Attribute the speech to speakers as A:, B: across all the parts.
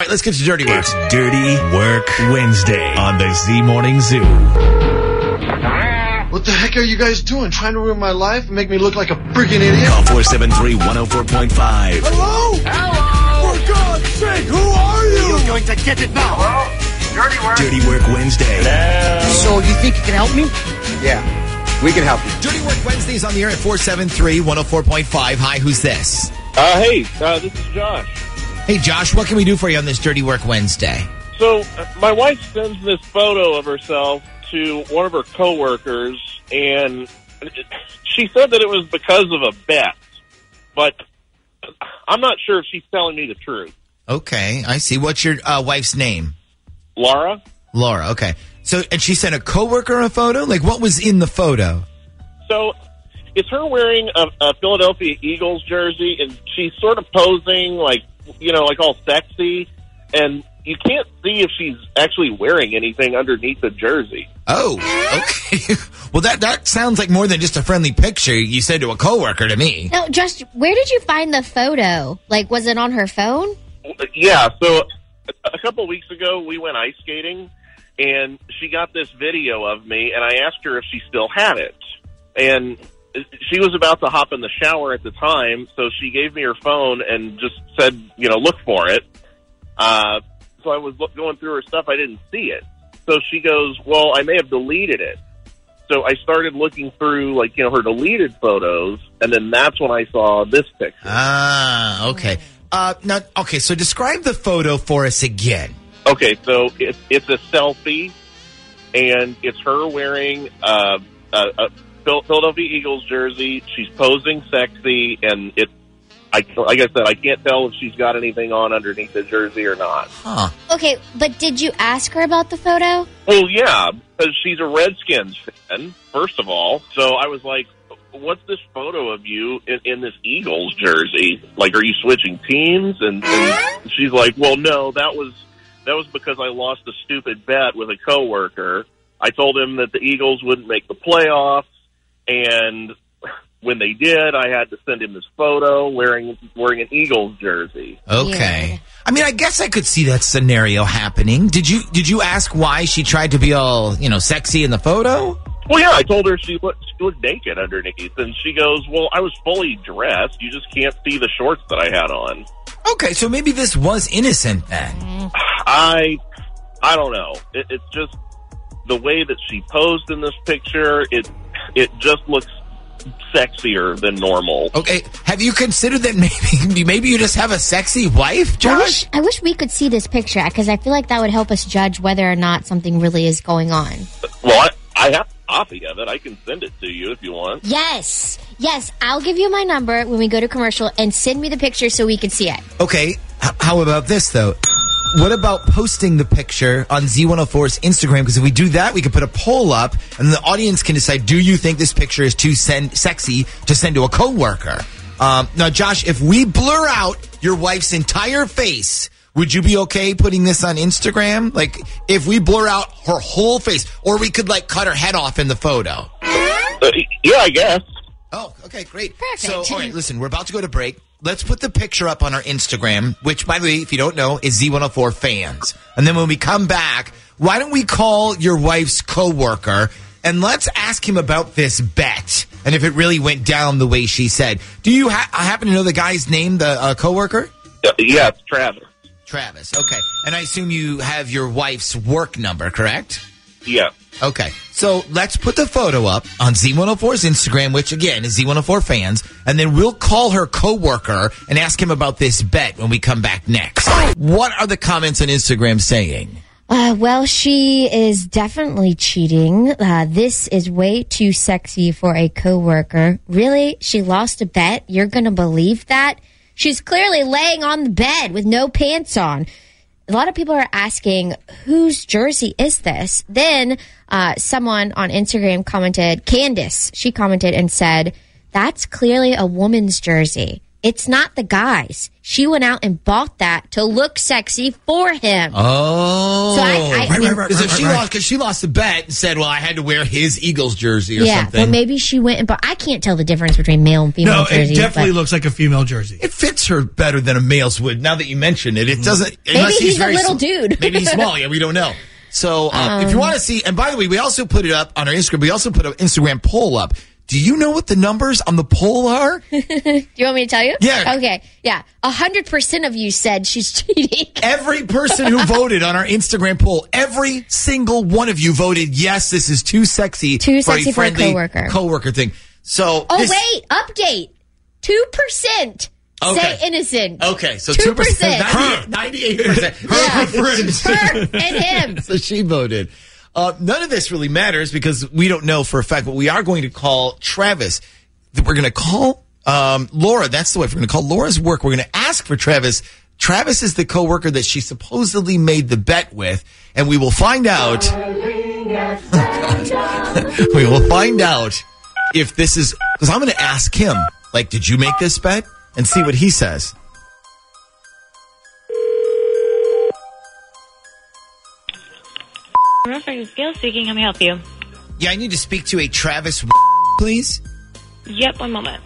A: All right, let's get to dirty work.
B: It's Dirty Work Wednesday on the Z Morning Zoo.
C: What the heck are you guys doing? Trying to ruin my life and make me look like a freaking idiot?
B: Call 473-104.5.
A: Hello? Hello? For God's sake, who are you?
C: going to get it now. Dirty work.
B: Dirty Work Wednesday.
D: So you think you can help me?
C: Yeah, we can help you.
A: Dirty Work Wednesdays on the air at 473-104.5. Hi, who's this?
E: Uh, hey, uh, this is Josh.
A: Hey, Josh, what can we do for you on this Dirty Work Wednesday?
E: So uh, my wife sends this photo of herself to one of her coworkers, and she said that it was because of a bet, but I'm not sure if she's telling me the truth.
A: Okay, I see. What's your uh, wife's name?
E: Laura,
A: Laura, okay. So, and she sent a coworker a photo? Like, what was in the photo?
E: so it's her wearing a, a Philadelphia Eagles jersey, and she's sort of posing like you know, like all sexy, and you can't see if she's actually wearing anything underneath the jersey.
A: Oh, okay. well, that, that sounds like more than just a friendly picture you sent to a coworker to me.
F: No, Josh, where did you find the photo? Like, was it on her phone?
E: Yeah, so a- a couple of weeks ago we went ice skating and she got this video of me and I asked her if she still had it. And she was about to hop in the shower at the time, so she gave me her phone and just said, you know, look for it. Uh, so I was look, going through her stuff, I didn't see it. So she goes, well, I may have deleted it. So I started looking through like, you know, her deleted photos and then that's when I saw this picture.
A: Ah, okay. Uh, now, okay, so describe the photo for us again.
E: Okay, so it, it's a selfie, and it's her wearing uh, a, a Phil- Philadelphia Eagles jersey. She's posing sexy, and it. I, like I said, I can't tell if she's got anything on underneath the jersey or not.
A: Huh.
F: Okay, but did you ask her about the photo?
E: Well, yeah, because she's a Redskins fan, first of all. So I was like, what's this photo of you in, in this Eagles jersey? Like, are you switching teams? And, and she's like, well, no, that was that was because I lost a stupid bet with a coworker. I told him that the Eagles wouldn't make the playoffs, and when they did, I had to send him this photo wearing wearing an Eagles jersey.
A: Okay.
F: Weird.
A: I mean, I guess I could see that scenario happening. Did you did you ask why she tried to be all, you know, sexy in the photo?
E: Well, yeah, I told her she looked, she looked naked underneath, and she goes, "Well, I was fully dressed. You just can't see the shorts that I had on."
A: Okay, so maybe this was innocent
F: Mm.
A: then.
E: I, I don't know. It, it's just the way that she posed in this picture. It, it just looks sexier than normal.
A: Okay, have you considered that maybe maybe you just have a sexy wife,
F: I
A: Josh?
F: wish, I wish we could see this picture because I feel like that would help us judge whether or not something really is going on.
E: Well, I, I have a copy of it. I can send it to you if you want.
F: Yes, yes, I'll give you my number when we go to commercial and send me the picture so we can see it.
A: Okay, h- how about this though? What about posting the picture on Z104's Instagram? Because if we do that, we can put a poll up, and the audience can decide: Do you think this picture is too sen- sexy to send to a coworker? Um, now, Josh, if we blur out your wife's entire face, would you be okay putting this on Instagram? Like, if we blur out her whole face, or we could like cut her head off in the photo.
E: Uh, yeah, I guess.
A: Oh, okay, great.
F: Perfect.
A: So, all right, listen, we're about to go to break. Let's put the picture up on our Instagram, which, by the way, if you don't know, is Z104 fans. And then when we come back, why don't we call your wife's coworker and let's ask him about this bet and if it really went down the way she said. Do you ha- happen to know the guy's name, the uh, coworker?
E: Uh, yeah, it's Travis.
A: Travis. Okay. And I assume you have your wife's work number, correct?
E: Yeah.
A: Okay, so let's put the photo up on Z104's Instagram, which again is Z104 fans, and then we'll call her coworker and ask him about this bet when we come back next. What are the comments on Instagram saying?
F: Uh, well, she is definitely cheating. Uh, this is way too sexy for a coworker. Really? She lost a bet? You're gonna believe that? She's clearly laying on the bed with no pants on. a lot of people are asking whose jersey is this. Then uh, someone on Instagram commented, Candace. She commented and said, "That's clearly a woman's jersey. It's not the guy's. She went out and bought that to look sexy for him."
A: Oh,
F: So I- I Right, think- right, right,
A: Because if
B: right,
A: she
B: right.
A: lost, because she lost the bet and said, "Well, I had to wear his Eagles jersey or
F: yeah,
A: something."
F: or maybe she went and bought. I can't tell the difference between male and female
G: No,
F: jerseys.
G: it definitely
F: but-
G: looks like a female jersey.
A: it fits her better than a male's would. Now that you mention it, it doesn't. unless
F: Mm-hmm. he's a
A: very
F: little
A: sm-
F: dude. Um.
A: maybe he's small. Yeah, we don't know. So uh, if you want to see, and by the way, we also put it up on our Instagram. We also put an Instagram poll up. Do you know what the numbers on the poll are?
F: Do you want me to tell you?
A: Yeah.
F: Okay. Yeah. A hundred percent of you said she's cheating.
A: Every person who voted on our Instagram poll, every single one of you voted yes. This is too sexy.
F: Too sexy
A: a
F: for a
A: friendly
F: coworker."
A: Coworker thing. So
F: Oh
A: this-
F: wait, update. Two percent
A: Okay.
F: say innocent.
A: Okay, so
F: 2%.
A: 2%. 98 percent.
F: Yeah. Her and him.
A: So she voted. Uh, none of this really matters because we don't know for a fact, but we are going to call Travis. We're going to call um, Laura. That's the way. We're going to call Laura's work. We're going to ask for Travis. Travis is the coworker that she supposedly made the bet with, and we will find out. we will find out if this is because I'm going to ask him. Like, did you make this bet? And see what he says.
H: Reference Gail speaking. How may I help you?
A: Yeah, I need to speak to a Travis, please.
H: Yep, one moment.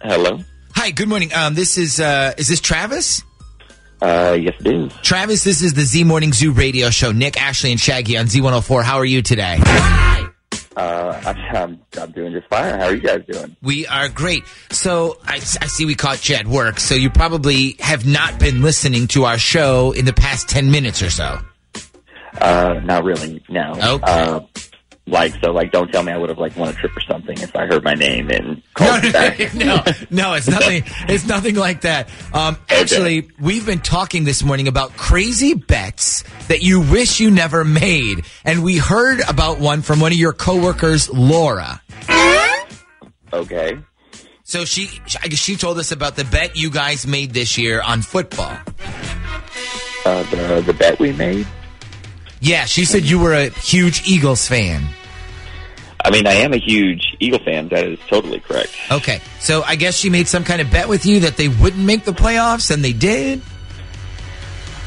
E: Hello.
A: Hi, good morning. Um, this is uh, is this Travis?
E: Uh, yes, it is.
A: Travis, this is the Z Morning Zoo radio show. Nick, Ashley, and Shaggy on Z104. How are you today?
E: Uh, I, I'm, I'm doing just fine. How are you guys doing?
A: We are great. So I, I see we caught you at work. So you probably have not been listening to our show in the past ten minutes or so.
E: Uh, not really. No.
A: Okay.
E: Uh, like so, like don't tell me I would have like won a trip or something if I heard my name and
A: No,
E: called you
A: no,
E: back.
A: no, no, it's nothing. It's nothing like that. Um, actually, we've been talking this morning about crazy bets that you wish you never made, and we heard about one from one of your coworkers, Laura.
E: Okay.
A: So she she told us about the bet you guys made this year on football.
E: Uh, the the bet we made.
A: Yeah, she said you were a huge Eagles fan.
E: I mean, I am a huge Eagle fan. That is totally correct.
A: Okay, so I guess she made some kind of bet with you that they wouldn't make the playoffs, and they did.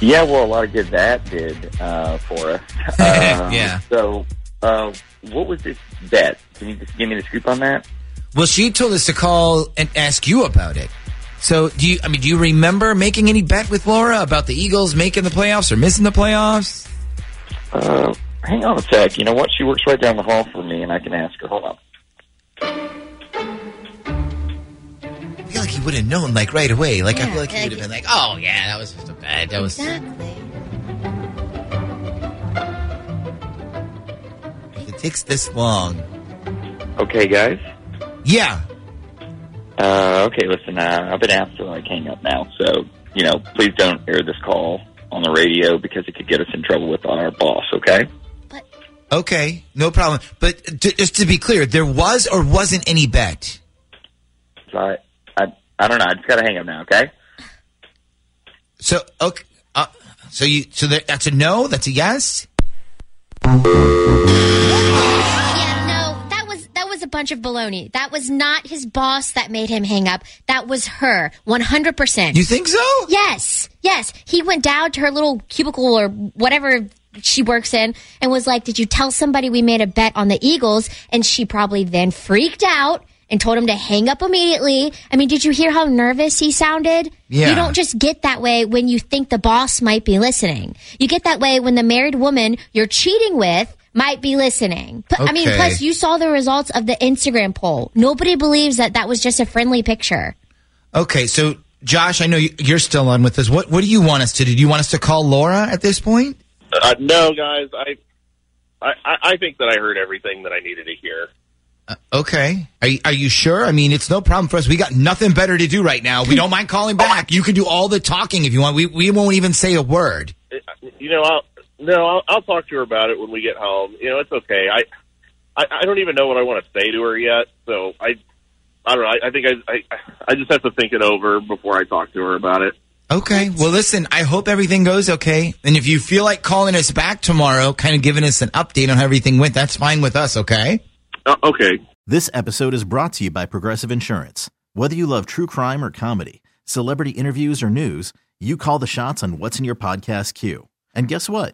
E: Yeah, well, a lot of good that did uh, for us. Uh,
A: Yeah.
E: So, uh, what was this bet? Can you just give me the scoop on that?
A: Well, she told us to call and ask you about it. So do you? I mean, do you remember making any bet with Laura about the Eagles making the playoffs or missing the playoffs?
E: Uh, hang on a sec. You know what? She works right down the hall from me, and I can ask her. Hold on.
A: I feel like you would have known like right away. Like I
F: Yeah,
A: feel like you
F: like-
A: would have been like, oh yeah, that was just a bet. That was.
F: Exactly.
A: It takes this long.
E: Okay, guys.
A: Yeah.
E: Uh, okay, listen. Uh, I've been asked to like hang up now, so you know, please don't air this call on the radio because it could get us in trouble with our boss. Okay.
A: Okay, no problem. But t- just to be clear, there was or wasn't any bet.
E: So I, I, I don't know. I just gotta hang up now. Okay.
A: So okay, uh, so you so there, that's a no. That's a yes.
F: Yeah, no, that was that was a bunch of baloney. That was not his boss that made him hang up. That was her. One hundred percent.
A: You think so?
F: Yes, yes. He went down to her little cubicle or whatever she works in and was like, Did you tell somebody we made a bet on the Eagles? And she probably then freaked out and told him to hang up immediately. I mean, did you hear how nervous he sounded?
A: Yeah.
F: You don't just get that way when you think the boss might be listening. You get that way when the married woman you're cheating with might be listening. P- I mean,
A: Okay.
F: plus you saw the results of the Instagram poll. Nobody believes that that was just a friendly picture.
A: Okay, so Josh, I know you- you're still on with us. What what do you want us to do? Do you want us to call Laura at this point?
E: Uh, no, guys. I, I, I think that I heard everything that I needed to hear.
A: Okay. Are you, are you sure? I mean, it's no problem for us. We got nothing better to do right now. We don't mind calling back. You can do all the talking if you want. We we won't even say a word.
E: you know, I'll, No, I'll, I'll talk to her about it when we get home. You know, it's okay. I, I, I don't even know what I want to say to her yet. So I, I don't know. I, I think I, I, I just have to think it over before I talk to her about it.
A: Okay. Well, listen, I hope everything goes okay. And if you feel like calling us back tomorrow, kind of giving us an update on how everything went, that's fine with us, okay?
E: Uh, okay.
G: This episode is brought to you by Progressive Insurance. Whether you love true crime or comedy, celebrity interviews or news, you call the shots on what's in your podcast queue. And guess what?